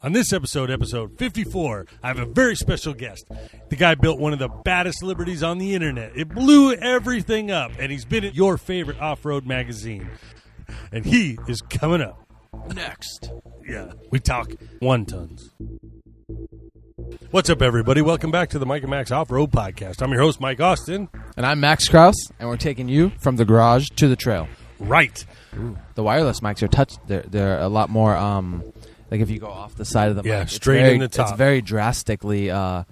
On this episode, episode 54, I have a very special guest. The guy built one of the baddest liberties on the internet. It blew everything up, and he's been at your favorite off road magazine. And he is coming up. Next. Yeah, we talk one tons. What's up, everybody? Welcome back to the Mike and Max Off Road Podcast. I'm your host, Mike Austin. And I'm Max Kraus, and we're taking you from the garage to the trail. Right. The wireless mics are touch. They're, they're a lot more. Um, like if you go off the side of the Yeah, mic, it's straight very- in the top. It's very drastically. Uh,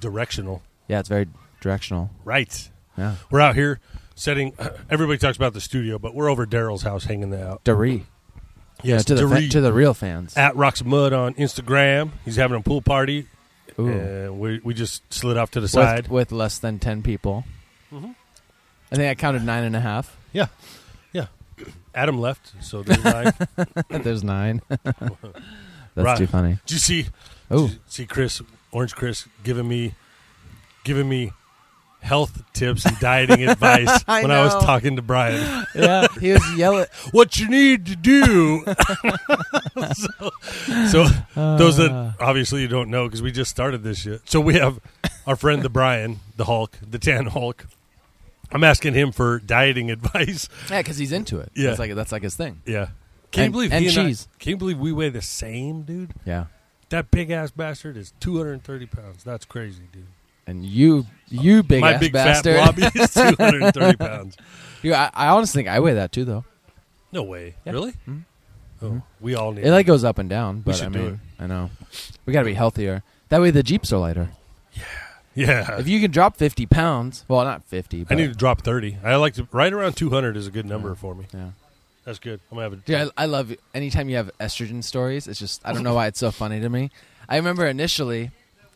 Directional. yeah, it's very directional. Right. Yeah, We're out here setting. Everybody talks about the studio, but we're over at Daryl's house hanging out. Derry. Yeah, to the fa- Doree to the real fans. at Rocks Mud on Instagram. He's having a pool party. Ooh. And we, we just slid off to the side. with, with less than ten people. I think I counted nine and a half. Yeah. Yeah. Adam left, so there's nine. There's nine. That's Right. too funny. Did you see Oh, did you see Chris, Orange Chris giving me giving me health tips and dieting advice I when I was know. talking to Brian. yeah, he was yelling. What you need to do So those that obviously you don't know because we just started this shit. So we have our friend the Brian, the Hulk, the Tan Hulk. I'm asking him for dieting advice. yeah, because he's into it. Yeah. that's like that's like his thing. Yeah, can you And- believe and he I- cheese. can you believe we weigh the same, dude? Yeah, That big ass bastard is 230 pounds. That's crazy, dude. and you, you big My ass big bastard. fat blobby is 230 pounds. Yeah, I, I honestly think I weigh that too, though. No way, Yeah. Mm-hmm. really? Oh, we all need. It like goes up and down, but should I do mean, it. I know we got to be healthier. That way, the jeeps are lighter. yeah. If you can drop fifty pounds, well, not fifty. I But, need to drop 30. I like to right around 200 is a good number for me. Yeah. That's good. I'm gonna have a Dude, I, I love it. anytime you have estrogen stories. It's just I don't know why it's so funny to me. I remember initially,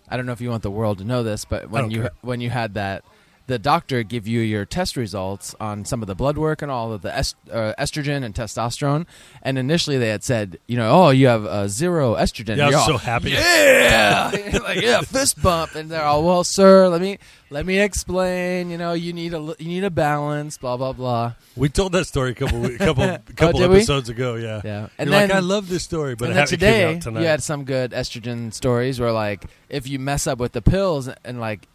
I don't know if you want the world to know this, but when don't you care. when you had that, the doctor give you your test results on some of the blood work and all of the est- uh, estrogen and testosterone, and initially they had said, you know, oh, you have uh, zero estrogen. Yeah, I You're was so all, happy. yeah, like yeah, fist bump, and they're all, well, sir, let me let me explain. You know, you need a li- you need a balance, blah blah blah. We told that story a couple we- couple couple Oh, did we? episodes ago. Yeah, Yeah, And and You're then like I love this story, but and it then ha- it came today out tonight. you had some good estrogen stories where like if you mess up with the pills and like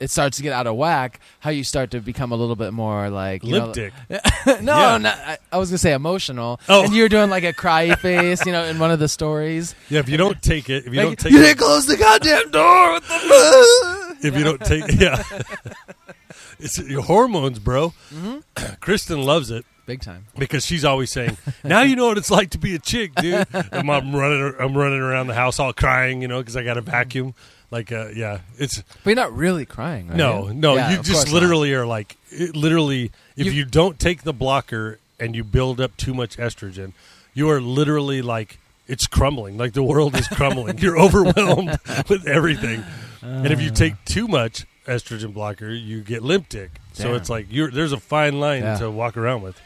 it starts to get out of whack, how you start to become a little bit more like you know- Lip dick. no, Yeah. not, I, I was gonna say emotional. Oh. and you were doing like a cry face, you know, in one of the stories. Yeah, if you don't take it, if you don't Like, take didn't it, close the goddamn door. What the if you don't take, yeah, it's your hormones, bro. Mm-hmm. Kristen loves it Big time. because she's always saying, "Now you know what it's like to be a chick, dude." I'm, I'm running, I'm running around the house all crying, you know, because I got a vacuum. Like, uh, yeah, it's But you're not really crying. Right? no, no. Yeah, you of just course literally are like, it, literally, if you, You- don't take the blocker and you build up too much estrogen, you are literally like it's crumbling. Like the world is crumbling. You're overwhelmed with everything, and if you Ah. take too much estrogen blocker, you get limp dick. So Damn. it's like you're there's a fine line Yeah. to walk around with.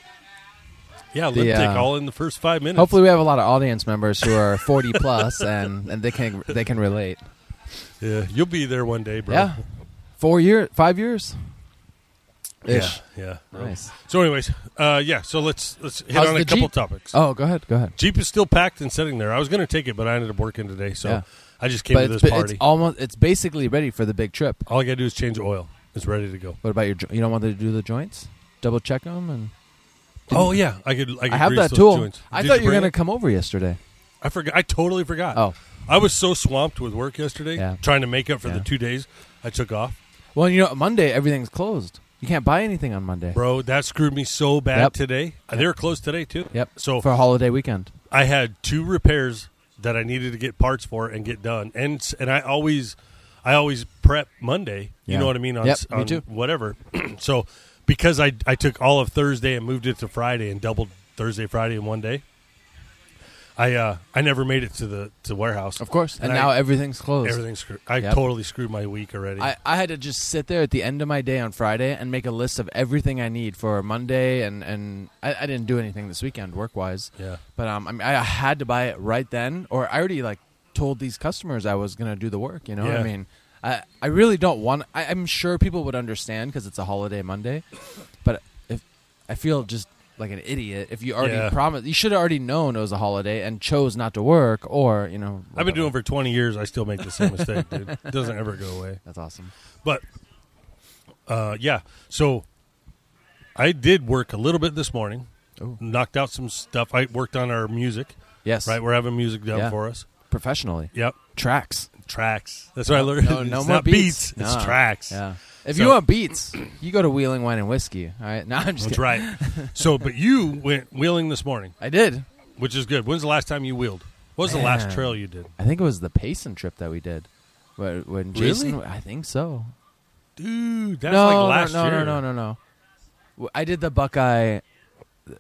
Yeah, The, limp dick uh, all in the first five minutes. not. Hopefully, we have a lot of audience members who are 40 plus and, and they can they can relate. yeah, you'll be there one day, bro. Yeah, four years, five years. yeah, Ish. yeah. Nice. So, anyways, uh, yeah. So let's let's hit How's on a the couple Jeep? topics. Oh, go ahead, go ahead. Jeep is still packed and sitting there. I was going to take it, but I ended up working today, so Yeah. I just came But to it's, this but it's party. All-, almost it's basically ready for the big trip. I got to do is change oil. It's ready to go. What about your? jo- You don't want to do the joints? Double check them and. Oh yeah, I could. I, could I have grease that those tool. joints. I Did thought you were bring gonna it? come over yesterday. I forgot. I totally forgot. Oh, I was so swamped with work yesterday, Yeah. trying to make up for the Yeah. two days I took off. well, you know Monday everything's closed. You can't buy anything on Monday. Bro, that screwed me so bad Yep. today. Uh, They were closed today too. Yep. So for a holiday weekend. I had two repairs that I needed to get parts for and get done, and s- and I always, I always prep Monday. You Yeah. know what I mean? On, Yep, s- me on too. Whatever. so because I I took all of Thursday and moved it to Friday and doubled Thursday Friday in one day. I uh I never made it to the to warehouse. Of course, and, And I- now everything's closed. Everything screwed. I Yep. totally screwed my week already. I, I had to just sit there at the end of my day on Friday and make a list of everything I need for Monday and and I, I didn't do anything this weekend work wise. yeah. But um, I mean, I had to buy it right then, or I already like told these customers I was gonna do the work. You know what Yeah. I mean? I I really don't want. I, I'm sure people would understand because it's a holiday Monday, but if I feel just like an idiot if you already Yeah. promised. You should have already known it was a holiday and chose not to work, or you know. I've been whatever. doing it for 20 years. I still make the same mistake, dude. It doesn't ever go away. That's awesome. But uh, yeah, so I did work a little bit this morning. Ooh. Knocked out some stuff. I worked on our music. Yes, Right, we're having music done Yeah. for us. professionally Yep, tracks. tracks. That's what I learned. No, no it's more not beats. beats. It's No. tracks. Yeah. If So- you want beats, you go to Wheeling Wine and Whiskey. All right. No, I'm just That's kidding. right. So, but you went wheeling this morning, I did. which is good. When's the last time you wheeled? What was the last Man. trail you did? I think it was the Payson trip that we did. When when Jason, Really? I think so. Dude, that's no, like last no, no, year. no, no, no, no. W- I did the Buckeye,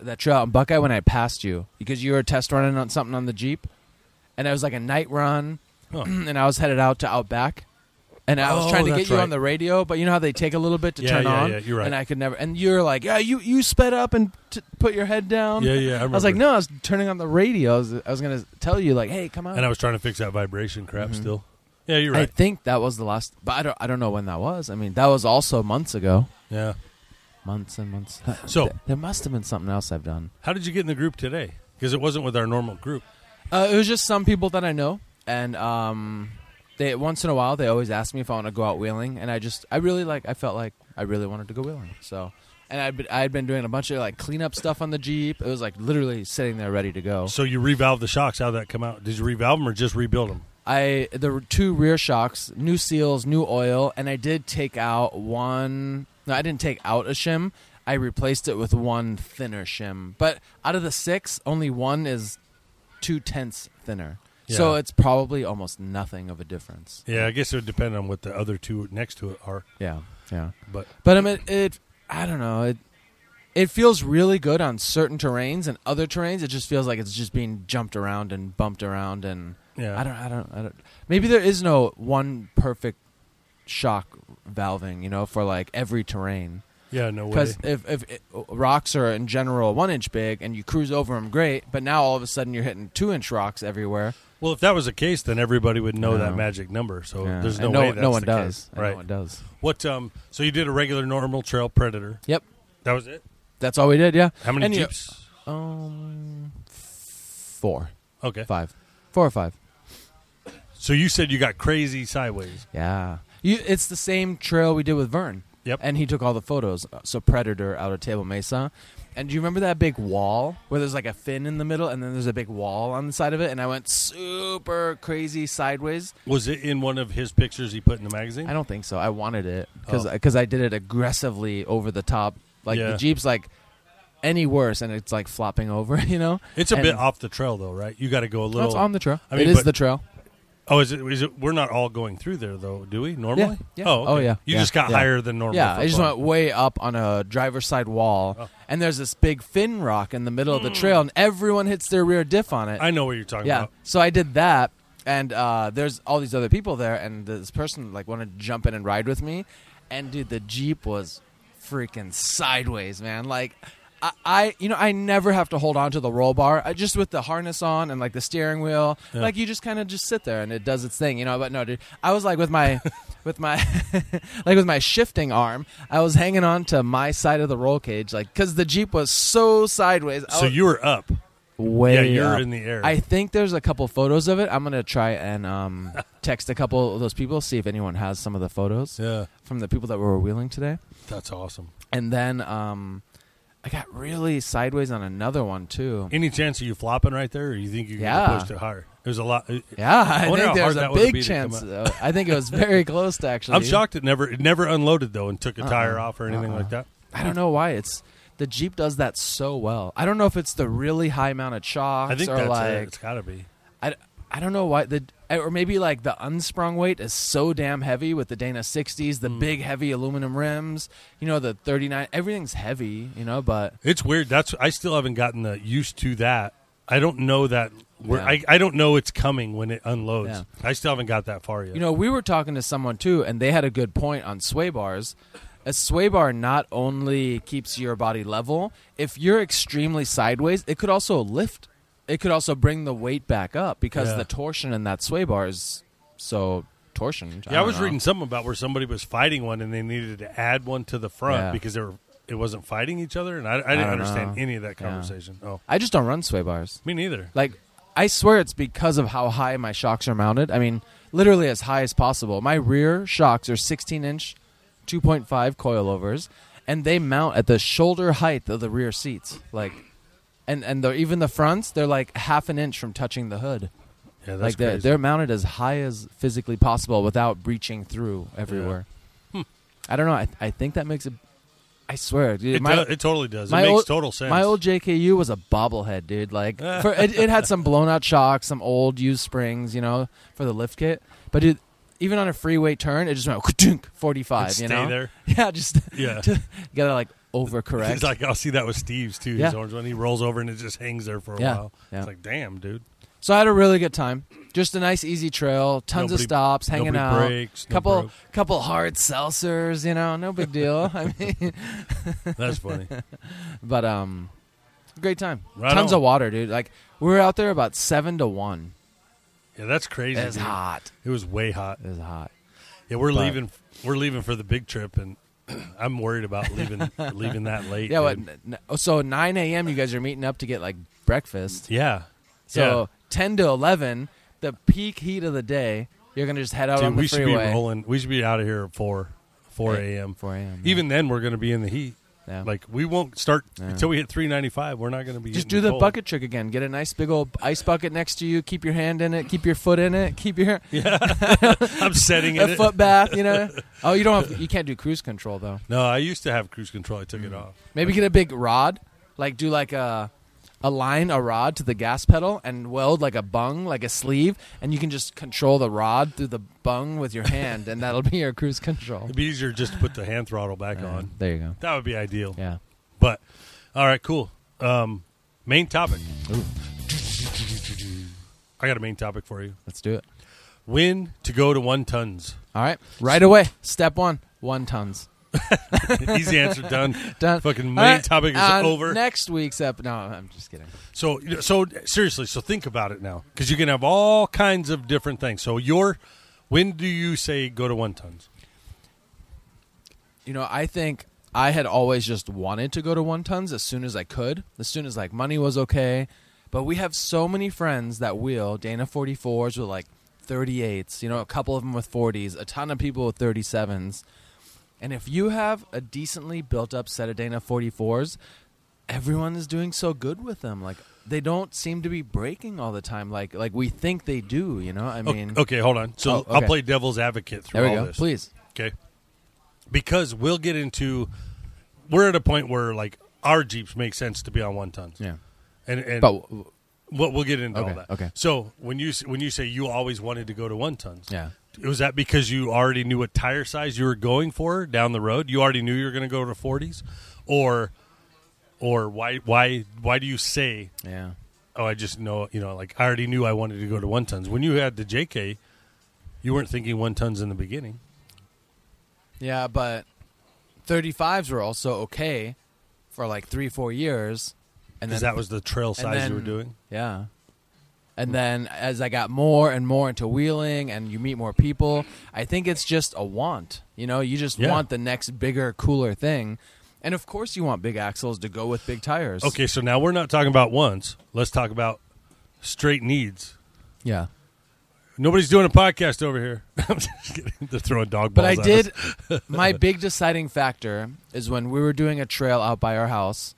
that trail on Buckeye when I passed you because you were test running on something on the Jeep, and it was like a night run, Huh. and I was headed out to Outback, and I was Oh, trying to get that's you right. on the radio, but you know how they take a little bit to Yeah, turn yeah, on, yeah, you're right. and I could never. And you're like, yeah, you you sped up and t- put your head down. Yeah, yeah. I, I was like, remember. no, I was turning on the radio. I was, I was gonna tell you, like, hey, come on. And I was trying to fix that vibration crap still. Yeah, you're Mm-hmm. I right. think that was the last, but I don't, I don't know when that was. I mean, that was also months ago, yeah. months and months. So- Th- there must have been something else I've done. How did you get in the group today? Because it wasn't with our normal group. Uh, it was just some people that I know, and um, they once in a while they always ask me if I want to go out wheeling, and I just I really like I felt like I really wanted to go wheeling, so. And I'd been, I'd been doing a bunch of like cleanup stuff on the jeep. It was like literally sitting there ready to go. So you revalve the shocks. How would that come out? Did you revalve them or just rebuild them? I there were two rear shocks, new seals, new oil, and I did take out one. No, I didn't take out a shim. I replaced it with one thinner shim. But out of the six, only one is two tenths thinner. So Yeah. it's probably almost nothing of a difference. Yeah, I guess it would depend on what the other two next to it are. Yeah, yeah. But But I mean, it. I don't know. It it feels really good on certain terrains and other terrains. It just feels like it's just being jumped around and bumped around and. yeah, I don't, I don't, I don't. Maybe there is no one perfect shock valving, you know, for like every terrain. yeah, no way. Because if if it, rocks are in general one inch big and you cruise over them, great. But now all of a sudden you're hitting two inch rocks everywhere. Well, if that was the case, then everybody would know that No. magic number. So Yeah. Oh, there's no And way that's no one the does. case. And right? No one does. What? Um. So you did a regular normal trail predator. Yep. That was it. That's all we did. Yeah. How many And you- jeeps? Um, four, okay. five, four or five. So you said you got crazy sideways. Yeah. You, it's the same trail we did with Vern. Yep. And he took all the photos. Uh, So Predator out of Table Mesa. And do you remember that big wall where there's like a fin in the middle and then there's a big wall on the side of it? And I went super crazy sideways. Was it in one of his pictures he put in the magazine? I don't think so. I wanted it because Oh. I did it aggressively over the top. Like Yeah. the Jeep's like any worse and it's like flopping over, you know? It's a bit And- off the trail though, right? You got to go a That's little. on the trail. I mean, it is but- the trail. oh, is it? Is it? We're not all going through there though, do we? Normally? yeah. Oh, okay. Oh, yeah. You Yeah. just got Yeah. higher than normal. Yeah, I just football. went way up on a driver's side wall, Oh. and there's this big fin rock in the middle of the trail, and everyone hits their rear diff on it. I know what you're talking yeah, about. so I did that, and uh, there's all these other people there, and this person like wanted to jump in and ride with me, and dude, the jeep was freaking sideways, man. Like. I, I, you know, I never have to hold on to the roll bar. I just with the harness on and like the steering wheel, Yeah. like you just kind of just sit there and it does its thing, you know. But no, dude, I was like with my, with my, like with my shifting arm, I was hanging on to my side of the roll cage, like because the jeep was so sideways. I So was you were up. way yeah, you're up. in the air. I think there's a couple photos of it. I'm gonna try and um, text a couple of those people, see if anyone has some of the photos yeah, from the people that were wheeling today. that's awesome. And then um, I got really sideways on another one too. Any chance of you flopping right there, or you think you could Yeah. have pushed it higher? There's a lot. Yeah, I, wonder think how there's hard a that would've big been to come chance. though. I think it was very close to actually. I'm shocked it never it never unloaded though and took a Uh-uh. tire off or anything Uh-uh. like that. I don't know why it's the Jeep does that so well. I don't know if it's the really high mounted shocks I think or that's like it. It's got to be. I, I don't know why the or maybe like the unsprung weight is so damn heavy with the Dana 60s, Hmm. the big heavy aluminum rims, you know the 39, everything's heavy, you know, but It's weird. That's I still haven't gotten the used to that. I don't know that. Where, Yeah. I I don't know it's coming when it unloads. Yeah. I still haven't got that far yet. you know, we were talking to someone too and they had a good point on sway bars. A sway bar not only keeps your body level, if you're extremely sideways, it could also lift. It could also bring the weight back up because Yeah. the torsion in that sway bar is so torsioned. yeah, I don't was know. reading something about where somebody was fighting one and they needed to add one to the front Yeah. because they were it wasn't fighting each other, and I, I didn't don't understand know. any of that Yeah. conversation. Oh, I just don't run sway bars. me neither. Like, I swear it's because of how high my shocks are mounted. I mean, literally as high as possible. My rear shocks are 16 inch, 2.5 coilovers, and they mount at the shoulder height of the rear seats. Like, and and the, even the fronts, they're like half an inch from touching the hood. Yeah, that's like they're, crazy. they're mounted as high as physically possible without breaching through everywhere. I don't know. I, I think that makes it. I swear, dude, Hmm. it, my- do- it totally does. It my makes old- total sense. my old JKU was a bobblehead, dude. Like, for, it, it had some blown out shocks, some old used springs, you know, for the lift kit. But dude, even on a freeway turn, it just went "Ka-dunk," 45, It'd you stay know? there. Yeah, just, Yeah. you gotta like overcorrect. It's like I'll see that with Steve's too. Yeah. His orange one. He rolls over and it just hangs there for a Yeah. while. Yeah. It's like, damn, dude. So I had a really good time. Just a nice easy trail, tons Nobody- of stops, hanging nobody out, breaks, no couple broke. couple hard seltzers, you know, no big deal. I mean, That's funny. but um, great time. Right tons on. of water, dude. Like we were out there about seven to one. yeah, that's crazy. It was dude. hot. It was way hot. It was hot. Yeah, we're But- leaving. We're leaving for the big trip, and I'm worried about leaving leaving that late. Yeah. What, dude. n- n- so nine a.m. You guys are meeting up to get like breakfast. Yeah. So ten to eleven, the peak heat of the day, you're gonna just head out yeah. on Dude, the we should be freeway. rolling. We should be out of here at four four Eight- a.m. Four a.m. yeah. Even then, we're going to be in the heat. Yeah. Like we won't start Yeah. until we hit three ninety five. We're not going to be Just getting do the cold. bucket trick again. Get a nice big old ice bucket next to you. Keep your hand in it. Keep your foot in it. Keep your I'm setting a it. foot bath. You know. Oh, you don't. Have, you can't do cruise control though. No, I used to have cruise control. I took it off. Maybe get a big rod. Like do like a align a rod to the gas pedal and weld like a bung, like a sleeve, and you can just control the rod through the bung with your hand, and that'll be your cruise control. It'd be easier just to put the hand throttle back Yeah, on. There you go. That would be ideal. Yeah. But all right, cool. Um, main topic. Ooh. I got a main topic for you. Let's do it. When to go to one tons. All right. Right away. Step one. One tons. Easy answer done. Done. Fucking main All right, topic is on over. Next week's up. No, I'm just kidding. So, you know, so seriously, so think about it now, because you can have all kinds of different things. So, your when do you say go to one tons? You know, I think I had always just wanted to go to one tons as soon as I could, as soon as like money was okay. But we have so many friends that wheel Dana 44s with like 38s, you know, a couple of them with 40s, a ton of people with 37s. And if you have a decently built up set of Dana 44s, everyone is doing so good with them. Like they don't seem to be breaking all the time like like we think they do, you know? I O- mean, okay, hold on. So, Oh, okay. I'll play devil's advocate through there we all go. this. Please. Okay. Because we'll get into we're at a point where like our Jeeps make sense to be on one tons. Yeah. And and But we'll, we'll get into all Okay, that. okay. So, when you s- when you say you always wanted to go to one tons. yeah. Was that because you already knew what tire size you were going for down the road? You already knew you were going to go to 40s or or why why why do you say Yeah. oh I just know, you know, like I already knew I wanted to go to 1 tons. When you had the JK, you weren't thinking 1 tons in the beginning. Yeah, but 35s were also okay for like three, four years. And Because then- that was the trail and size you were then- doing. Yeah. And then as I got more and more into wheeling and you meet more people, I think it's just a want. You know, you just Yeah. want the next bigger, cooler thing. And of course, you want big axles to go with big tires. Okay, so now we're not talking about once. Let's talk about straight needs. Yeah. Nobody's doing a podcast over here. I'm just kidding. They're throwing dog But balls. I at did. us. my big deciding factor is when we were doing a trail out by our house,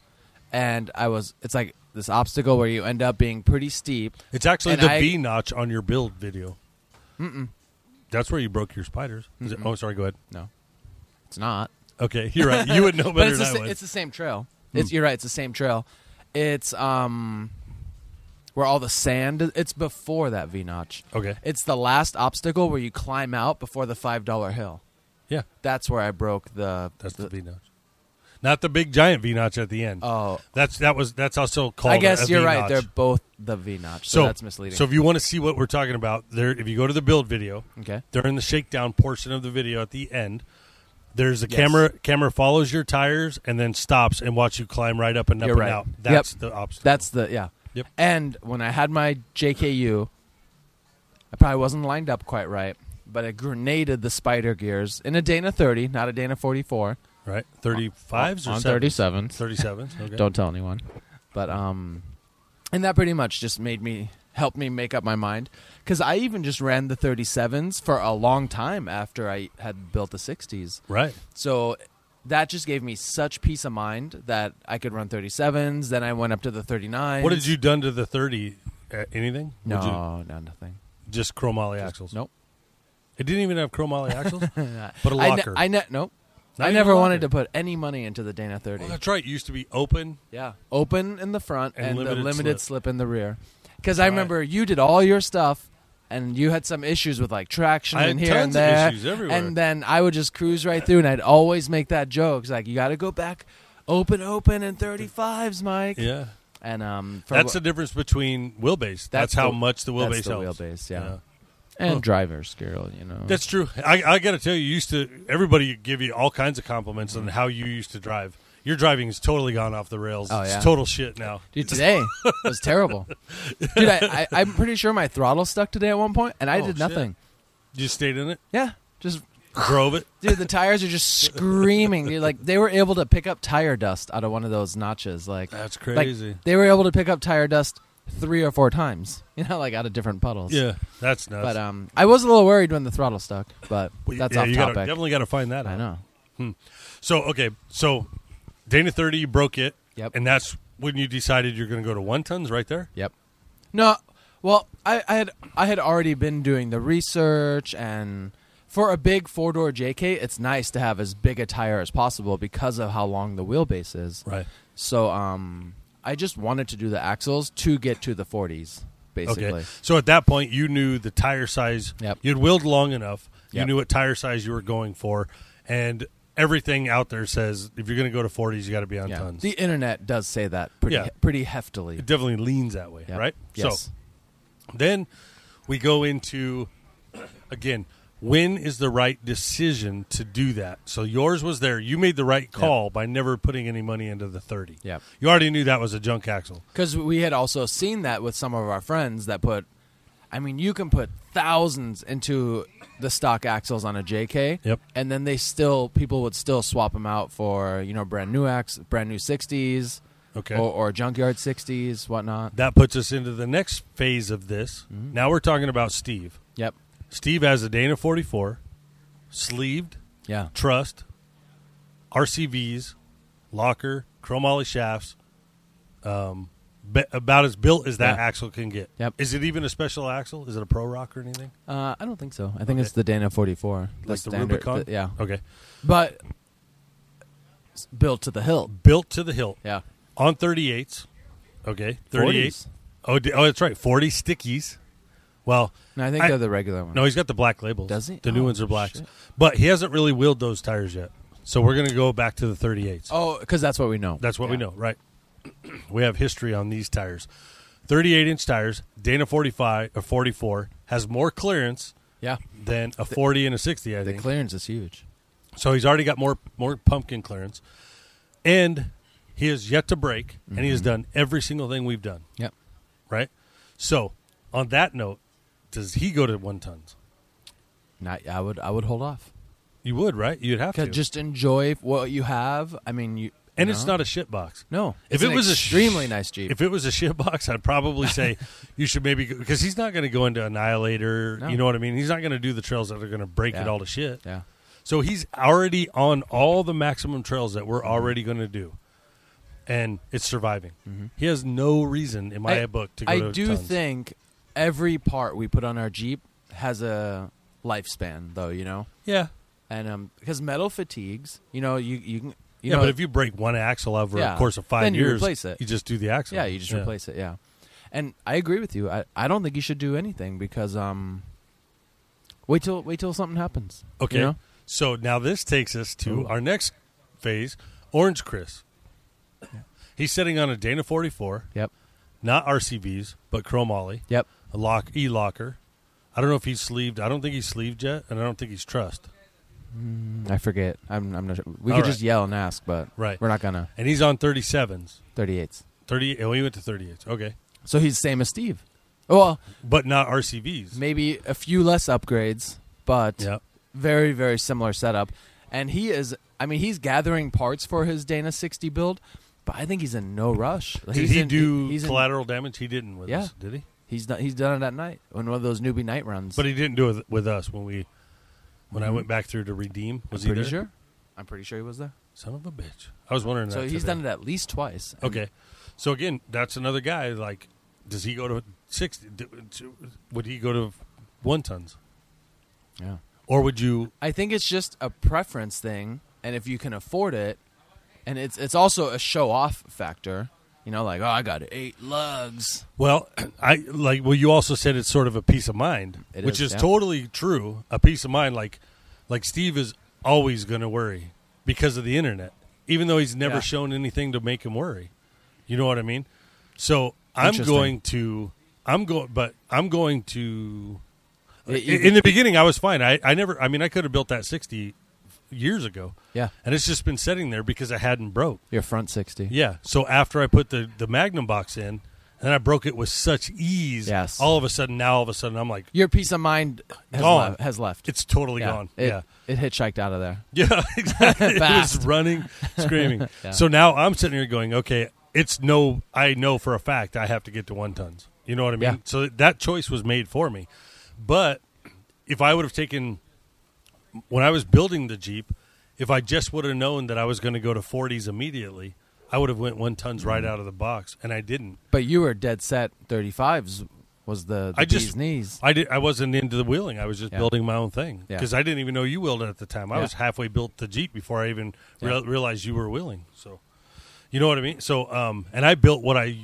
and I was. It's like this obstacle where you end up being pretty steep. It's actually and the I- V notch on your build video. Mm-mm. That's where you broke your spiders. Is it- oh, sorry. Go ahead. No, it's not. Okay, you're right. You would know But Oh, better it's the, than Hmm. I sa- would. it's the same trail. It's, you're right. It's the same trail. It's um, where all the sand. It's before that V notch. Okay. It's the last obstacle where you climb out before the five dollar hill. Yeah, That's where I broke the. that's the, V notch. Not the big giant V notch at the end. Oh, that's that was that's also called. I a guess you're V-notch. right. They're both the V notch. So, so that's misleading. So if you want to see what we're talking about, there if you go to the build video, okay. during the shakedown portion of the video at the end there's a Yes. camera camera follows your tires and then stops and watch you climb right up and up You're and right. out Yep. that's the obstacle That's the yeah. Yep. And when I had my JKU, I probably wasn't lined up quite right, but I grenaded the spider gears in a Dana 30, not a Dana 44. right? 35s or on 70s? 37. 37s. Okay. Don't tell anyone. But um, and that pretty much just made me help me make up my mind because I even just ran the 37s for a long time after I had built the 60s. Right. So that just gave me such peace of mind that I could run 37s. Then I went up to the 39. What did you done to the 30? Uh, anything? Would you- No, no, nothing. just chrome ollie axles. Nope. It didn't even have chrome ollie axles, but a I ne- locker. I, ne- nope. Not I even never a wanted to locker. put any money into the Dana 30. Oh, that's right. It used to be open. Yeah, open in the front and, And the limited limited slip. slip. in the rear. Because I Right. remember you did all your stuff, and you had some issues with like traction I had and here and tons of there, issues everywhere. and then I would just cruise right through, and I'd always make that joke. It's like you got to go back, open, open, and thirty fives, Mike. Yeah, And um, for that's wh- the difference between wheelbase. That's, how the- much the wheelbase that's the helps. wheelbase, yeah. and Huh. driver's girl, you know. That's true. I, I got to tell you, you used to everybody give you all kinds of compliments Mm. on how you used to drive. Your driving has totally gone off the rails. Oh, yeah. It's total shit now. Dude, today was terrible. Dude, I, I, I'm pretty sure my throttle stuck today at one point, and I Oh, shit. did nothing. You just stayed in it, Yeah, just drove it. Dude, the tires are just screaming. Dude, like they were able to pick up tire dust out of one of those notches. Like That's like, crazy. they were able to pick up tire dust three or four times. You know, like out of different puddles. yeah, that's nuts. But um, I was a little worried when the throttle stuck. But Well, that's yeah, off you topic. Gotta, definitely got to find that out. I know. So okay, so Dana thirty, you broke it. Yep. And that's when you decided you're going to go to one tons, right there. Yep. No, well, I, I had I had already been doing the research, and for a big four door JK, it's nice to have as big a tire as possible because of how long the wheelbase is. Right. So um, I just wanted to do the axles to get to the 40s, basically. Okay. So at that point, you knew the tire size. Yep. You'd willed long enough. You Yep. knew what tire size you were going for, and everything out there says if you're going to go to 40s, you got to be on Yeah. tons. The internet does say that pretty Yeah. pretty heftily. it definitely leans that way, Yeah. right? Yes. So then we go into again. When is the right decision to do that? So yours was there. You made the right call by never putting any money into the 30. Yep. You already knew that was a junk axle. Because we had also seen that with some of our friends that put, I mean, you can put thousands into the stock axles on a JK, Yep. and then they still people would still swap them out for you know brand new ax, brand new sixties, Okay. or, or junkyard sixties, whatnot. That puts us into the next phase of this. Now we're talking about Steve. Yep, Steve has a Dana 44, sleeved, yeah, trussed, RCVs, locker, chromoly shafts, um, be, about as built as that Yeah. axle can get. Yep. Is it even a special axle? Is it a pro rock or anything? uh, I don't think so. I think it's the Dana forty four, like the Rubicon? yeah, Okay. but s- built to the hilt. Built to the hilt Yeah, on 38s. Okay. 38. 40s. Oh, d- oh, that's right. 40 stickies. Well, and I think I- they're the regular one. No, he's got the black labels. Does he? The new Oh, ones are blacks. shit. But he hasn't really wheeled those tires yet. So we're going to go back to the 38s. oh, because that's what we know. That's what we Yeah. know, right? we have history on these tires. 38 inch tires, Dana 45 or 44 has more clearance Yeah, than a 40 and a 60, I the think. clearance is huge. so he's already got more more pumpkin clearance. And he has yet to break and he has Mm-hmm. done every single thing we've done, Yep. right? So, on that note, does he go to 1 tons? Not, I would, I would hold off. You would, right? You'd have 'Cause to. Just enjoy what you have. I mean, you and you it's know? not a shit box. No, If It's it an was a sh- extremely nice Jeep, If it was a shit box, I'd probably say you should maybe because he's not going to go into Annihilator. No. You know what I mean? He's not going to do the trails that are going to break Yeah. it all to shit. yeah, So he's already on all the maximum trails that we're already going to do, and it's surviving. He has no reason in my Mm-hmm. I- book to go. I to do tons. think every part we put on our Jeep has a lifespan, though. You know, yeah, and um, because metal fatigues, you know, you you can, you yeah. know, but if you break one axle over Yeah. a course of five Then you years, replace it. You just do the axle. yeah, you just replace it, yeah. And I agree with you. I, I don't think you should do anything because um, wait till wait till something happens. you Okay. know? So now this takes us to Ooh. our next phase, Orange Chris. He's sitting on a Dana 44, Yep. not RCVs, but chrome ollie, Yep. a lock e locker. I don't know if he's sleeved. I don't think he's sleeved yet, and I don't think he's trussed. Mm, I forget. I'm. I'm not. Sure. We All could right. just yell and ask, but Right. we're not gonna. And he's on 37s. 38s. 30. Oh, he went to 38s. Okay, So he's same as Steve. Well, but not RCVs. maybe a few less upgrades, but Yep. very very similar setup. And he is I mean, he's gathering parts for his Dana 60 build, but I think he's in no rush. Like, Did he's he in- do he- he's in- collateral damage? He didn't with Yeah. us, did he? he's done. He's done it at night on one of those newbie night runs. But he didn't do it with us when we when I went back through to redeem. Was Mm-hmm. I'm he pretty there? sure. I'm pretty sure he was there. Son of a bitch. I was wondering. So that he's today. done it at least twice. Okay, so again, that's another guy. Like, does he go to sixty? Would he go to one tons, Yeah. or would you? I think it's just a preference thing, and if you can afford it, and it's it's also a show off factor. You know, like oh, I got eight lugs. Well, I like. Well, you also said it's sort of a peace of mind, It which is, is, yeah. totally true. A peace of mind, like, like Steve is always going to worry because of the internet, even though he's never Yeah. shown anything to make him worry. You know what I mean? So I'm Interesting. going to, I'm going, but I'm going to. It- in, in the beginning, I was fine. I, I never. I mean, I could have built that sixty years ago, Yeah, and it's just been sitting there because I hadn't broke. your front sixty. Yeah. So after I put the the Magnum box in, and I broke it with such ease. Yes. All of a sudden, now all of a sudden, I'm like, Your peace of mind has, Gone. left- has left. it's totally yeah, gone. It, yeah. it hitchhiked out of there. Yeah. Exactly. it was Fast. running, screaming. Yeah. So now I'm sitting here going, okay, it's no. I know for a fact I have to get to one tons. You know what I mean? Yeah. So that choice was made for me. But if I would have taken when I was building the Jeep, if I just would have known that I was going to go to 40s immediately, I would have went one tons right Mm-hmm. out of the box, and I didn't. But you were dead set. Thirty fives was the, the I just- bee's knees. I did. I wasn't into the wheeling. I was just Yeah. building my own thing Yeah. because I didn't even know you wheeled it at the time. I Yeah. was halfway built the Jeep before I even Yeah. real realized you were wheeling. So, you know what I mean. So, um, and I built what I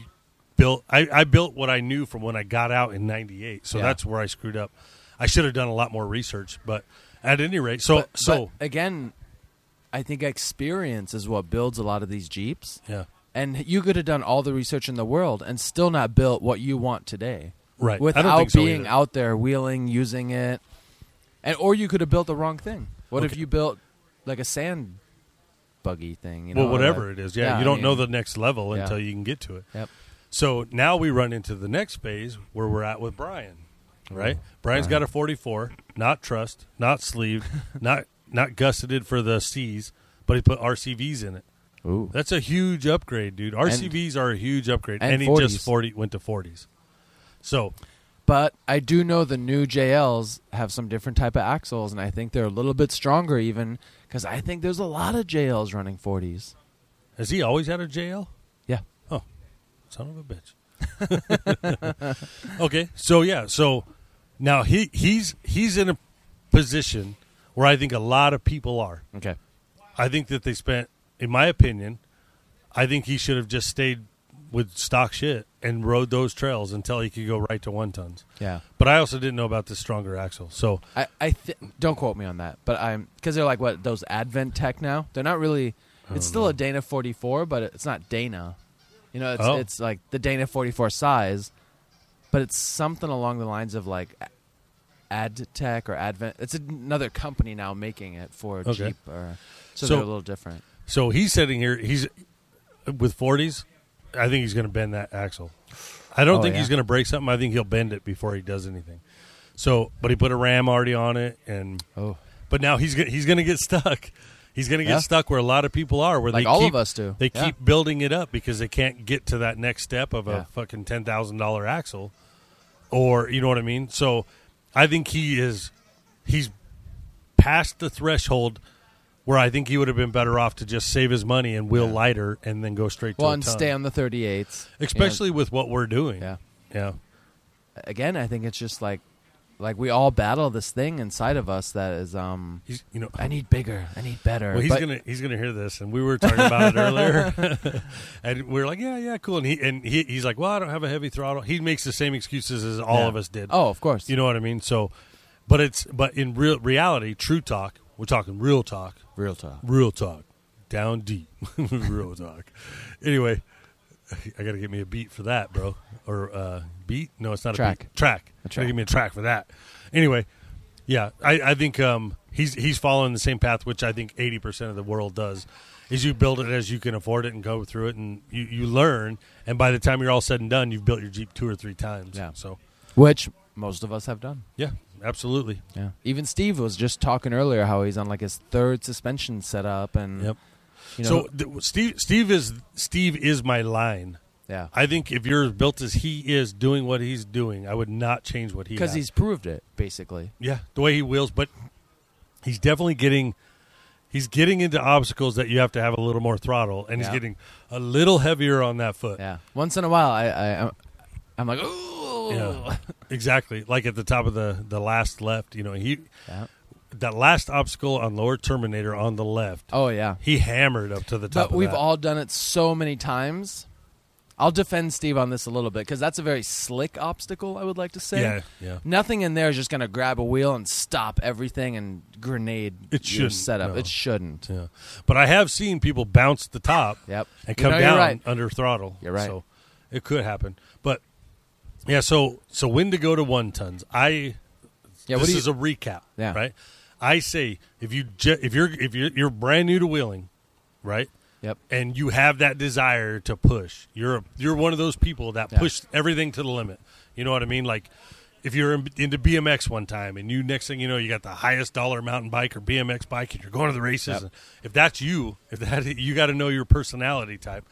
built. I, I built what I knew from when I got out in '98. So Yeah. that's where I screwed up. I should have done a lot more research, but at any rate, so But- so but again, I think experience is what builds a lot of these jeeps. yeah, And you could have done all the research in the world and still not built what you want today. right. I don't Without think so being either. out there wheeling, using it. And or you could have built the wrong thing. What if Okay. you built like a sand buggy thing? You know, well, whatever like- it is, yeah, I you don't mean, know the next level Yeah. until you can get to it. Yep. So now we run into the next phase where we're at with Brian, right? Brian's got a 44, not trussed, not sleeved, not not gusseted for the C's, but he put RCVs in it. Ooh. That's a huge upgrade, dude. RCVs are a huge upgrade, and and, he 40s. just 40 went to 40s. So But I do know the new JLs have some different type of axles, and I think they're a little bit stronger even because I think there's a lot of JLs running 40s. has he always had a JL? Yeah. Oh, son of a bitch. okay, so yeah, so now he he's he's in a position where I think a lot of people are. Okay. I think that they spent, in my opinion, I think he should have just stayed with stock shit and rode those trails until he could go right to one tons. Yeah. But I also didn't know about the stronger axle. So I, I th- don't quote me on that, but I'm because they're like what those Advent Tech now. They're not really. It's still a Dana 44, but it's not Dana. You know, it's Oh. it's like the Dana 44 size, but it's something along the lines of like A- Ad Tech or Advent. It's another company now making it for Okay. Jeep, or so, So- they're a little different. so he's sitting here. He's with forties. I think he's going to bend that axle. I don't Oh, think yeah. he's going to break something. I think he'll bend it before he does anything. So, but he put a ram already on it, and Oh, but now he's go- he's going to get stuck. He's going to get Yeah. stuck where a lot of people are, where like they all keep, of us do. They Yeah. keep building it up because they can't get to that next step of a Yeah. fucking ten thousand dollar axle, or you know what I mean. So, I think he is he's past the threshold where I think he would have been better off to just save his money and wheel lighter and then go straight to well a and ton. stay on the 38s, you know. especially with what we're doing. yeah. yeah, again, I think it's just like like we all battle this thing inside of us that is um he's you know. I need bigger, I need better. well, he's but gonna he's gonna hear this, and we were talking about it earlier, and we were like, yeah, yeah, cool. And he and he, he's like, well, I don't have a heavy throttle. He makes the same excuses as all Yeah. of us did. Oh, of course. You know what I mean? So, but it's but in real reality, true talk. We're talking real talk, real talk. real talk, down deep, real talk. Anyway, I got to get me a beat for that, bro. Or uh, beat? No, it's not Track. a beat. track. A Gotta track. Give me a track for that. Anyway, yeah, I, I think um, he's he's following the same path, which I think eighty percent of the world does. Is you build it as you can afford it and go through it, and you, you learn. And by the time you're all said and done, you've built your Jeep two or three times. Yeah. So Which most of us have done. yeah, absolutely. Yeah. Even Steve was just talking earlier how he's on like his third suspension setup and Yep. you know, So th- Steve, Steve is Steve is my line. yeah. I think if you're as built as he is, doing what he's doing, I would not change what he. Because has. he's proved it basically. yeah, the way he wheels, but he's definitely getting he's getting into obstacles that you have to have a little more throttle, and he's Yeah. getting a little heavier on that foot. Yeah. Once in a while I I I'm like, "Ooh." Yeah. exactly. Like at the top of the the last left, you know, he Yeah. that last obstacle on Lower Terminator on the left, Oh yeah. he hammered up to the top. But of we've that. all done it so many times. I'll defend Steve on this a little bit because that's a very slick obstacle, I would like to say. yeah, yeah. Nothing in there is just going to grab a wheel and stop everything and grenade It your shouldn't, setup. no. It shouldn't. Yeah, but I have seen people bounce the top Yep. and You come know, you're down right. under throttle. You're right. So it could happen, but yeah. So so when to go to one tons? I Yeah, what this do you- is a recap. Yeah. Right. I say if you ju- if you're if you're you're brand new to wheeling, right, Yep. and you have that desire to push, you're a, you're one of those people that Yeah. push everything to the limit. You know what I mean? Like. If you're in- into BMX one time and you next thing you know you got the highest dollar mountain bike or BMX bike and you're going to the races, Yep. and if that's you, if that you got to know your personality type,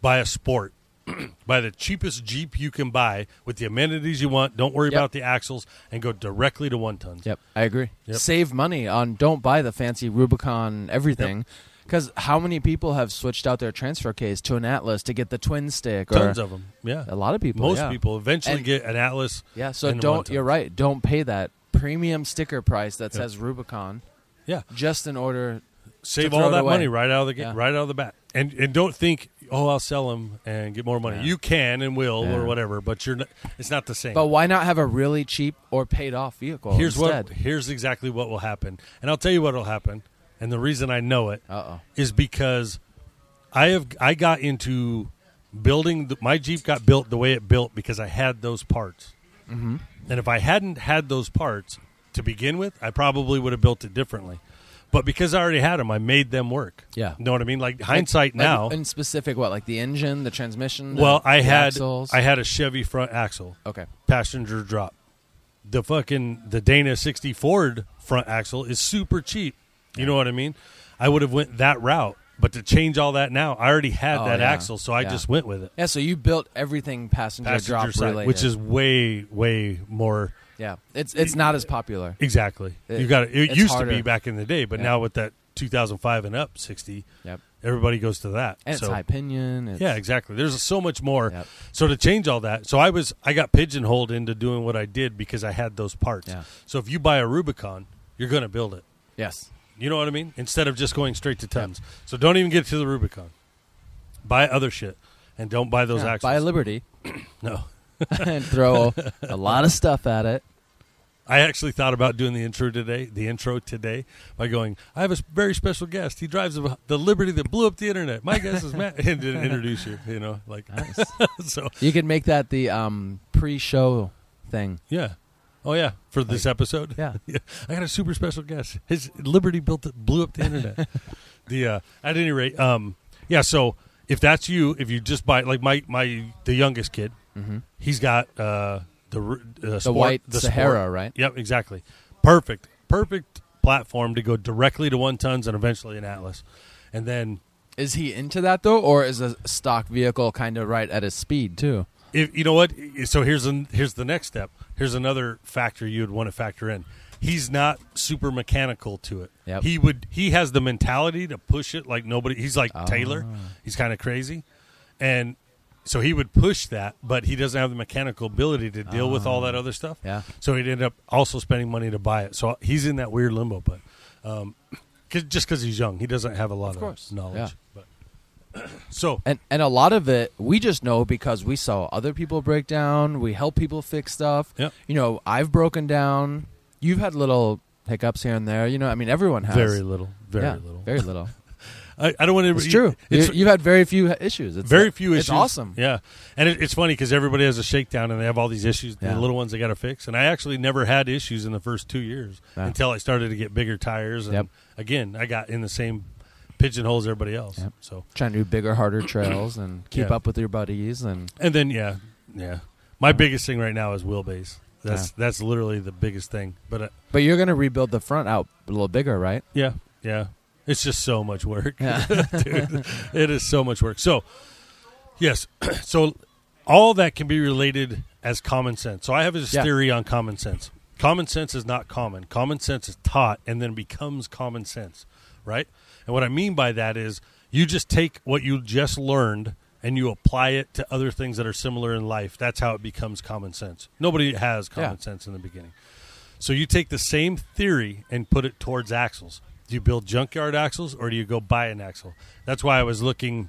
buy a sport, buy the cheapest Jeep you can buy with the amenities you want. Don't worry Yep. about the axles and go directly to one tons. Yep. I agree. Yep. Save money on don't buy the fancy Rubicon everything. Because how many people have switched out their transfer case to an Atlas to get the twin stick? Or Tons of them. Yeah, A lot of people. Most yeah. people eventually And- get an Atlas. Yeah. So and a don't. one-ton. You're right. Don't pay that premium sticker price that Yep. says Rubicon Yeah, just in order. save to throw all it that away. money right out of the ga- Yeah. right out of the bat, and and don't think, oh, I'll sell them and get more money. Yeah. You can and will Yeah. or whatever, but you're not, it's not the same. But why not have a really cheap or paid off vehicle? here's instead? what here's exactly what will happen, and I'll tell you what will happen, and the reason I know it is Uh oh. because I have I got into building the, my Jeep got built the way it built because I had those parts. Mm-hmm. And if I hadn't had those parts to begin with, I probably would have built it differently. But because I already had them, I made them work. Yeah. know what I mean? Like hindsight Like, now. in specific, what like the engine, the transmission? the- well, I the had axles? I had a Chevy front axle, okay. passenger drop. The fucking the Dana 60 Ford front axle is super cheap. You know what I mean? I would have went that route, but to change all that now, I already had Oh, that yeah. axle, so I Yeah. just went with it. Yeah, so you built everything passenger, Passenger drop side, related, which is way way more yeah, it's it's not as popular. Exactly. It- you got it. It it's used to be harder. back in the day, but Yeah. now with that 2005 and up 60, Yep, everybody goes to that. and so, it's high pinion. It's, yeah, exactly. There's so much more. Yep. So to change all that, so I was I got pigeonholed into doing what I did because I had those parts. Yeah. So if you buy a Rubicon, you're going to build it. yes, You know what I mean? Instead of just going straight to tons. So don't even get to the Rubicon. Buy other shit and don't buy those yeah, axles. buy a Liberty no. and throw a lot of stuff at it. I actually thought about doing the intro today, the intro today, by going, I have a s- very special guest. He drives a- the Liberty that blew up the internet. My guest is Matt. And didn't introduce you, you know, like, Nice. so, you could make that the um, pre-show thing. yeah. Oh, yeah, for this episode. Yeah, Yeah. I got a super special guest. His Liberty built it, blew up the internet. the uh, At any rate, um, yeah, so if that's you, if you just buy, like, my, my the youngest kid, mm-hmm. he's got uh, the, r- uh, the sport- white the sport- Sahara, right? Yep, exactly. Perfect, perfect platform to go directly to one tons and eventually an Atlas, and then Is he into that though, or is a stock vehicle kind of right at his speed too? if you know what. So here's an, here's the next step. Here's another factor you'd want to factor in. He's not super mechanical to it. Yep. He would he has the mentality to push it like nobody. He's like Ah. Taylor. He's kind of crazy, and so he would push that, but he doesn't have the mechanical ability to deal with all that other stuff. Ah. Yeah, So he'd end up also spending money to buy it. So he's in that weird limbo, but um, 'cause- just because he's young, he doesn't have a lot of, course. knowledge. But so and and a lot of it we just know because we saw other people break down. We help people fix stuff. Yep. You know, I've broken down. You've had little hiccups here and there. You know, I mean, everyone has very little, very Yeah, little. very little. I, I don't want to. It's true. It's you, have had very few issues. It's very few issues. It's awesome. Yeah, and it, it's funny because everybody has a shakedown and they have all these issues, Yeah. the little ones they got to fix. And I actually never had issues in the first two years Yeah. until I started to get bigger tires. And Yep. again, I got in the same pigeonhole as everybody else. Yep. So Trying to do bigger, harder trails and keep Yeah. up with your buddies and and then yeah, yeah. My biggest thing right now is wheelbase. That's that's literally the biggest thing. But uh, But you're gonna rebuild the front out a little bigger, right? yeah, yeah, it's just so much work. Yeah. Dude, it is so much work. So, yes, so all that can be related as common sense. So I have this Yeah. theory on common sense. Common sense is not common. Common sense is taught and then becomes common sense, right? And what I mean by that is you just take what you just learned and you apply it to other things that are similar in life. That's how it becomes common sense. Nobody has common Yeah. sense in the beginning. So you take the same theory and put it towards axles. Do you build junkyard axles or do you go buy an axle? That's why I was looking.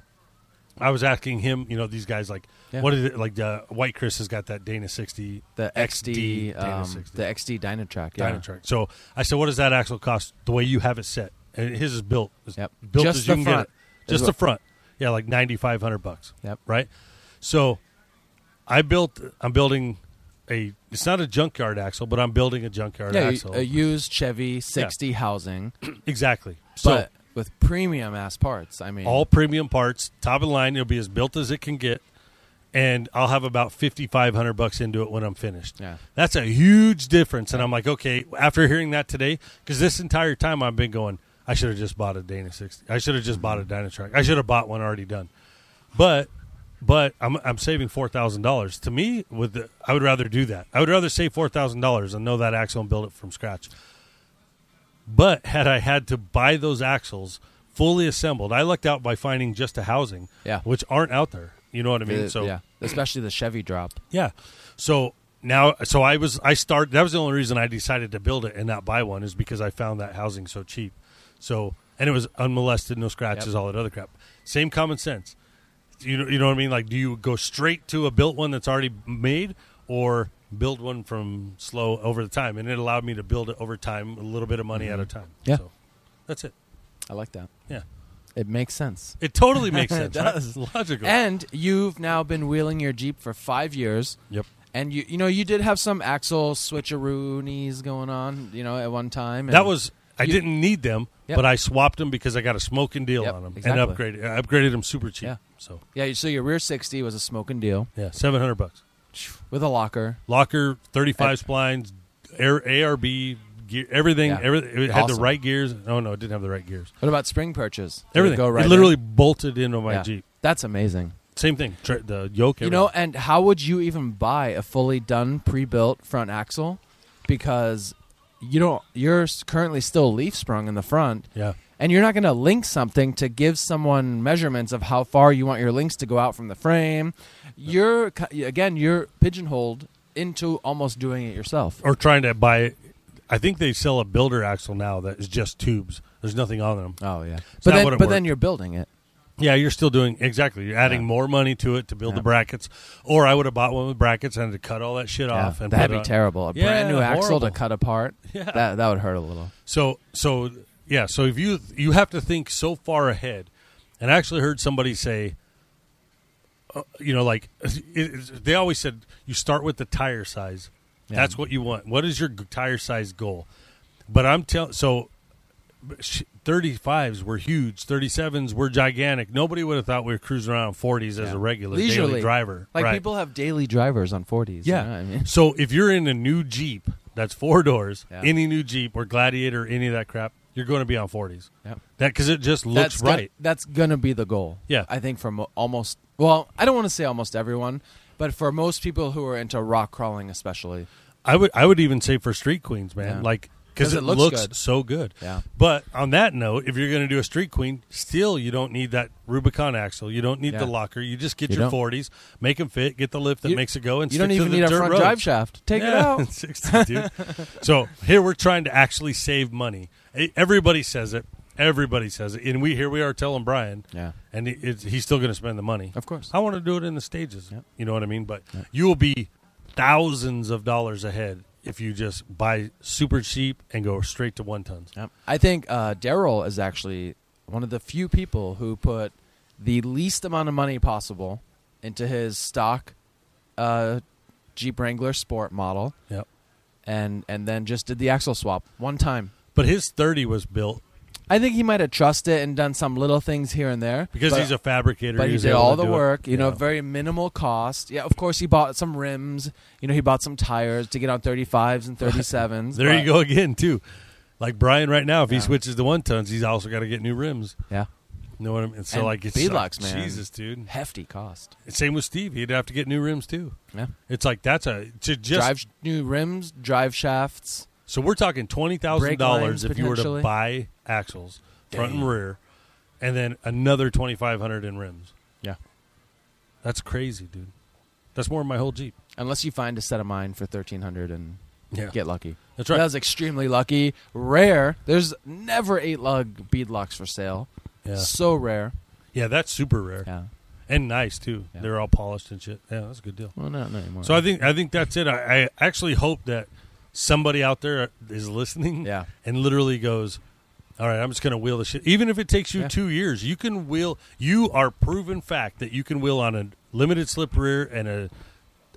I was asking him, you know, these guys like, Yeah. what is it like? The White Chris has got that Dana sixty, The XD, Dana um, 60 the XD Dynatrack, yeah. Dyna track. So I said, what does that axle cost? The way you have it set, and his is built, as- Yep. built Just as you the can front get it, just the is what- front. Yeah, like ninety five hundred bucks. Yep. Right. So I built. I'm building a. It's not a junkyard axle, but I'm building a junkyard Yeah, uh, axle. a used Chevy 60 housing, exactly. So but with premium ass parts. I mean, all premium parts, top of the line. It'll be as built as it can get, and I'll have about fifty five hundred bucks into it when I'm finished. Yeah. that's a huge difference. And I'm like, okay, after hearing that today, because this entire time I've been going, I should have just bought a Dana sixty. I should have just bought a Dynatrack. I should have bought one already done. But but I'm I'm saving four thousand dollars. To me, with the, I would rather do that. I would rather save four thousand dollars and know that axle and build it from scratch. But had I had to buy those axles fully assembled, I lucked out by finding just a housing, Yeah. which aren't out there. You know what I mean? the- so yeah, especially the Chevy drop. yeah. So now, so I was, I started, that was the only reason I decided to build it and not buy one is because I found that housing so cheap. So, and it was unmolested, no scratches, Yep. all that other crap. Same common sense. You know, you know what I mean? Like, do you go straight to a built one that's already made or build one from slow over the time? And it allowed me to build it over time, a little bit of money at a time. Mm-hmm. Yeah. So that's it. I like that. Yeah. It makes sense. It totally makes sense. right? does. Logical. And you've now been wheeling your Jeep for five years. yep. And you, you know, you did have some axle switcheroonies going on, you know, at one time. and- That was I You- didn't need them, Yep. but I swapped them because I got a smoking deal Yep, on them exactly. and upgraded I upgraded them super cheap. Yeah. So yeah. So your rear sixty was a smoking deal yeah, seven hundred bucks. with a locker. Locker, thirty five splines, air, ARB, gear, everything. Yeah. everything it had Awesome. the right gears. No, no, it didn't have the right gears. What about spring purchase? Did Everything. go right it in? literally bolted into my Yeah. Jeep. That's amazing. Same thing. Tra- the yoke. You know, and how would you even buy a fully done pre-built front axle? Because you don't. You're s- currently still leaf sprung in the front, everything. and you're not going to link something to give someone measurements of how far you want your links to go out from the frame. You're cu- again, you're pigeonholed into almost doing it yourself. yeah, or trying to buy. I think they sell a builder axle now that is just tubes. There's nothing on them. Oh yeah, not but then, what it but then worked. you're building it. Yeah, you're still doing exactly. You're adding Yeah. more money to it to build the Yeah. brackets, or I would have bought one with brackets and had to cut all that shit Yeah, off. And that'd put be it on- terrible. A brand Yeah, new axle horrible. to cut apart. Yeah. That that would hurt a little. So, so yeah. So if you you have to think so far ahead, and I actually heard somebody say, uh, you know, like it, it- they always said, you start with the tire size. Yeah. That's what you want. What is your g- tire size goal? But I'm telling so. sh- 35s were huge. 37s were gigantic. Nobody would have thought we were cruising around 40s as Yeah. a regular Leisurely. daily driver. Like Right. people have daily drivers on 40s. Yeah. You know what I mean? So if you're in a new Jeep that's four doors, Yeah. any new Jeep or Gladiator, any of that crap, you're going to be on 40s. Yep. That because it just looks that's gonna- right. that's gonna be the goal. Yeah. I think for mo- almost well, I don't want to say almost everyone, but for most people who are into rock crawling, especially. I would I would even say for street queens, man, Yeah. like because 'Cause it, it looks, looks good. so good. Yeah. But on that note, if you're going to do a street queen, still you don't need that Rubicon axle. You don't need Yeah. the locker. You just get You your don't. 40s, make them fit, get the lift that You- makes it go, and you don't stick to even the need a dirt front roads. drive shaft. Take it Yeah, out. 60, dude. so here we're trying to actually save money. E- Everybody says it. Everybody says it. And we here we are telling Brian, Yeah. and he- it's, he's still going to spend the money. Of course. I want to do it in the stages. Yep. You know what I mean? But you will be thousands of dollars ahead if you just buy super cheap and go straight to one tons. Yep. I think uh, Daryl is actually one of the few people who put the least amount of money possible into his stock uh, Jeep Wrangler Sport model, Yep. and and then just did the axle swap one time. But his 30 was built I think he might have trust it and done some little things here and there because but- he's a fabricator. But he was did able all to the do it. work, you know, Yeah. very minimal cost. Yeah, of course he bought some rims. You know, he bought some tires to get on 35s and 37s. There you but- go again too. Like Brian right now, if Yeah. he switches to one tons, he's also got to get new rims. Yeah. You know what I mean? So And like it's uh, beadlocks, man. Jesus, dude. Hefty cost. Same with Steve. He'd have to get new rims too. Yeah. It's like that's a to just drive new rims, drive shafts. so we're talking twenty thousand Brake lines, dollars if you were to potentially. buy axles, front Dang. and rear, and then another twenty five hundred in rims. Yeah. That's crazy, dude. That's more than my whole Jeep. Unless you find a set of mine for 1300 and Yeah, get lucky. that's right. That was extremely lucky. Rare. There's never eight lug beadlocks for sale. yeah. So rare. yeah, that's super rare Yeah. and nice too. Yeah. They're all polished and shit. Yeah, that's a good deal. Well, not, not anymore. So I think I think that's it. I, I actually hope that somebody out there is listening Yeah. and literally goes, "All right, I'm just going to wheel this shit." Even if it takes you Yeah. two years, you can wheel. You are proven fact that you can wheel on a limited slip rear and a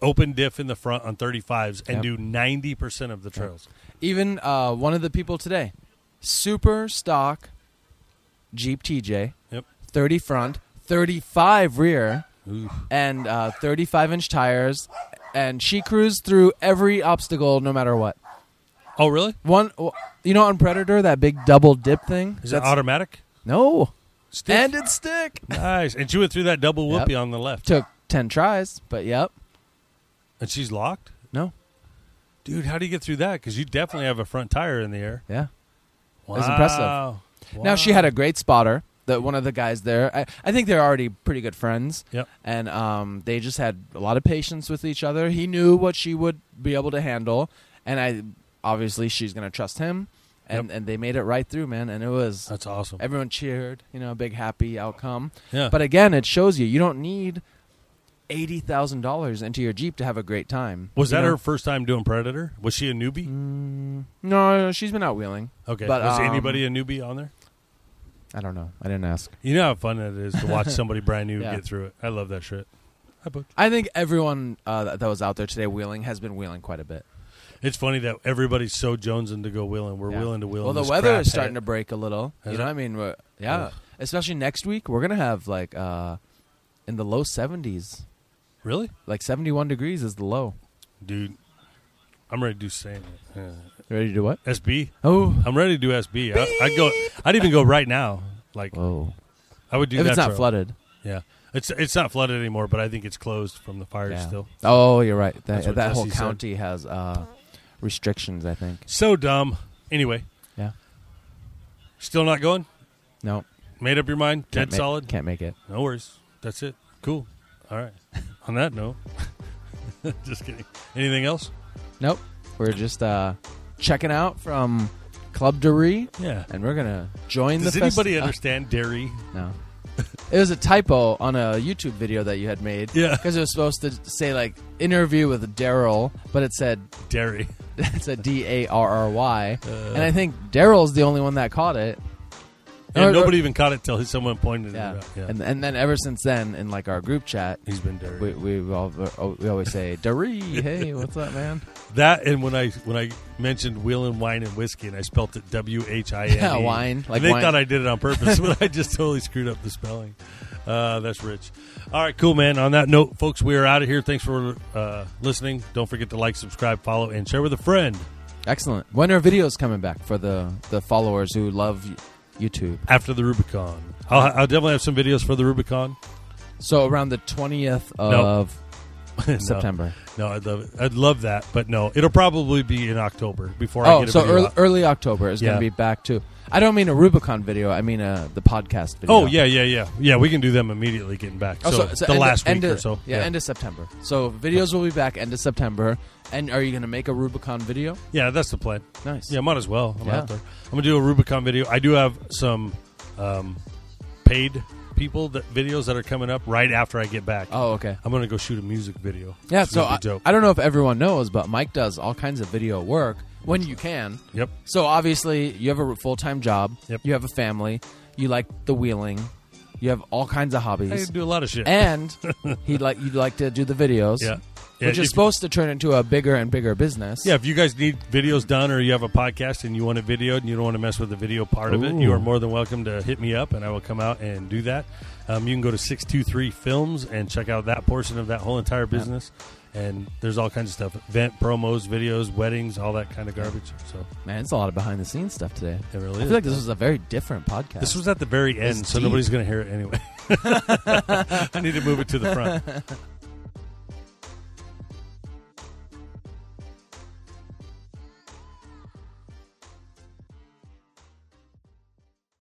open diff in the front on 35s and Yep. do 90 percent of the trails. Even uh, one of the people today, super stock Jeep TJ, Yep. 30 front, 35 rear, Ooh. and uh, 35 inch tires, and she cruised through every obstacle, no matter what. Oh, really? One, you know, on Predator, that big double dip thing. Is that automatic? no, Stiff. and it stick. nice. And she went through that double Yep. whoopee on the left, Took 10 tries, but yep, and she's locked. no, Dude, how do you get through that? Because you definitely have a front tire in the air. yeah. Wow. was impressive. Now she Wow. had a great spotter. That one of the guys there, I, I think they're already pretty good friends. Yep. and um, they just had a lot of patience with each other. He knew what she would be able to handle, and I obviously she's gonna trust him, and and they made it right through, man. And it was That's awesome. everyone cheered, you know, big happy outcome. Yeah. But again, it shows you you don't need eighty thousand dollars into your Jeep to have a great time. was you that know? her first time doing Predator? Was she a newbie? Mm, no, she's been out wheeling. Okay. But, was um, anybody a newbie on there? I don't know. I didn't ask. You know how fun it is to watch somebody brand new Yeah. get through it. I love that shit. Hi, Butch. I think everyone uh, that- that was out there today wheeling has been wheeling quite a bit. It's funny that everybody's so jonesing to go wheeling. We're Yeah. willing to wheel. Well, in the this weather crap is starting hat. to break a little. Is you know it? what I mean? We're- yeah. Ugh. Especially next week, we're going to have like uh, in the low 70s. really, Like 71 degrees is the low. dude. I'm ready to do same. Yeah. You ready to do what? SB. Oh. I'm ready to do SB. I, I'd go. I'd even go right now. Like Whoa. I would do if that. it's not trail. flooded. Yeah. It's it's not flooded anymore, but I think it's closed from the fires Yeah. still. Oh, you're right. That's That, what that whole Jesse said. county has uh, restrictions, I think. So dumb. Anyway. Yeah. Still not going. No. Made up your mind. can't Dead make- solid. Can't make it. No worries. That's it. Cool. All right. On that note, just kidding. Anything else? Nope. We're just uh, checking out from Club Doree, Yeah. and we're going to join Does the anybody festi- uh, understand dairy? No. It was a typo on a YouTube video that you had made. Yeah. Because it was supposed to say like interview with Daryl, but it said Dairy. it said D A R R Y, Uh. and I think Daryl's the only one that caught it. And Or- or- nobody even caught it till someone pointed it Yeah. out. Yeah. And and then ever since then, in like our group chat, He's been dairy. we we all uh, we always say Daree, hey, what's up, man? That and when I when I mentioned wheeling wine and whiskey and I spelt it W H I N. E. Yeah, wine, like they wine. thought I did it on purpose, but I just totally screwed up the spelling. Uh, that's rich. All right, cool, man. On that note, folks, we are out of here. Thanks for uh, listening. Don't forget to like, subscribe, follow, and share with a friend. Excellent. When are videos coming back for the the followers who love YouTube? after the Rubicon. I'll, I'll definitely have some videos for the Rubicon. So around the twentieth of No. September. No, I'd love it. I'd love that, but no, it'll probably be in October before I Oh, get a so video early, out. early October is going Yeah. to be back too. I don't mean a Rubicon video. I mean uh, the podcast video. Oh yeah, yeah, yeah, yeah. We can do them immediately getting back. Oh, so, the end of- last end week of- or so. Yeah, yeah. end of September. So videos will be back end of September. And are you going to make a Rubicon video? Yeah, that's the plan. Nice. Yeah, might as well. I'm Yeah. out there. I'm gonna do a Rubicon video. I do have some um, paid people that videos that are coming up right after I get back. Oh, okay. I'm gonna go shoot a music video. Yeah. It's So gonna be I, dope. I don't know if everyone knows, but Mike does all kinds of video work when you can. yep. So obviously, you have a full time job. Yep. You have a family. You like the wheeling. You have all kinds of I hobbies. do a lot of shit. and he like you like to do the videos. yeah. Yeah, which if you- is supposed to turn into a bigger and bigger business. Yeah, if you guys need videos done or you have a podcast and you want it videoed and you don't want to mess with the video part of it, Ooh. you are more than welcome to hit me up and I will come out and do that. Um, you can go to 623 Films and check out that portion of that whole entire business. And there's all kinds of stuff event promos, videos, weddings, all that kind of garbage. So man, it's a lot of behind the scenes stuff today. it really is. I feel like this was a very different podcast. This was at the very end, It's so nobody's going to hear it anyway. I need to move it to the front.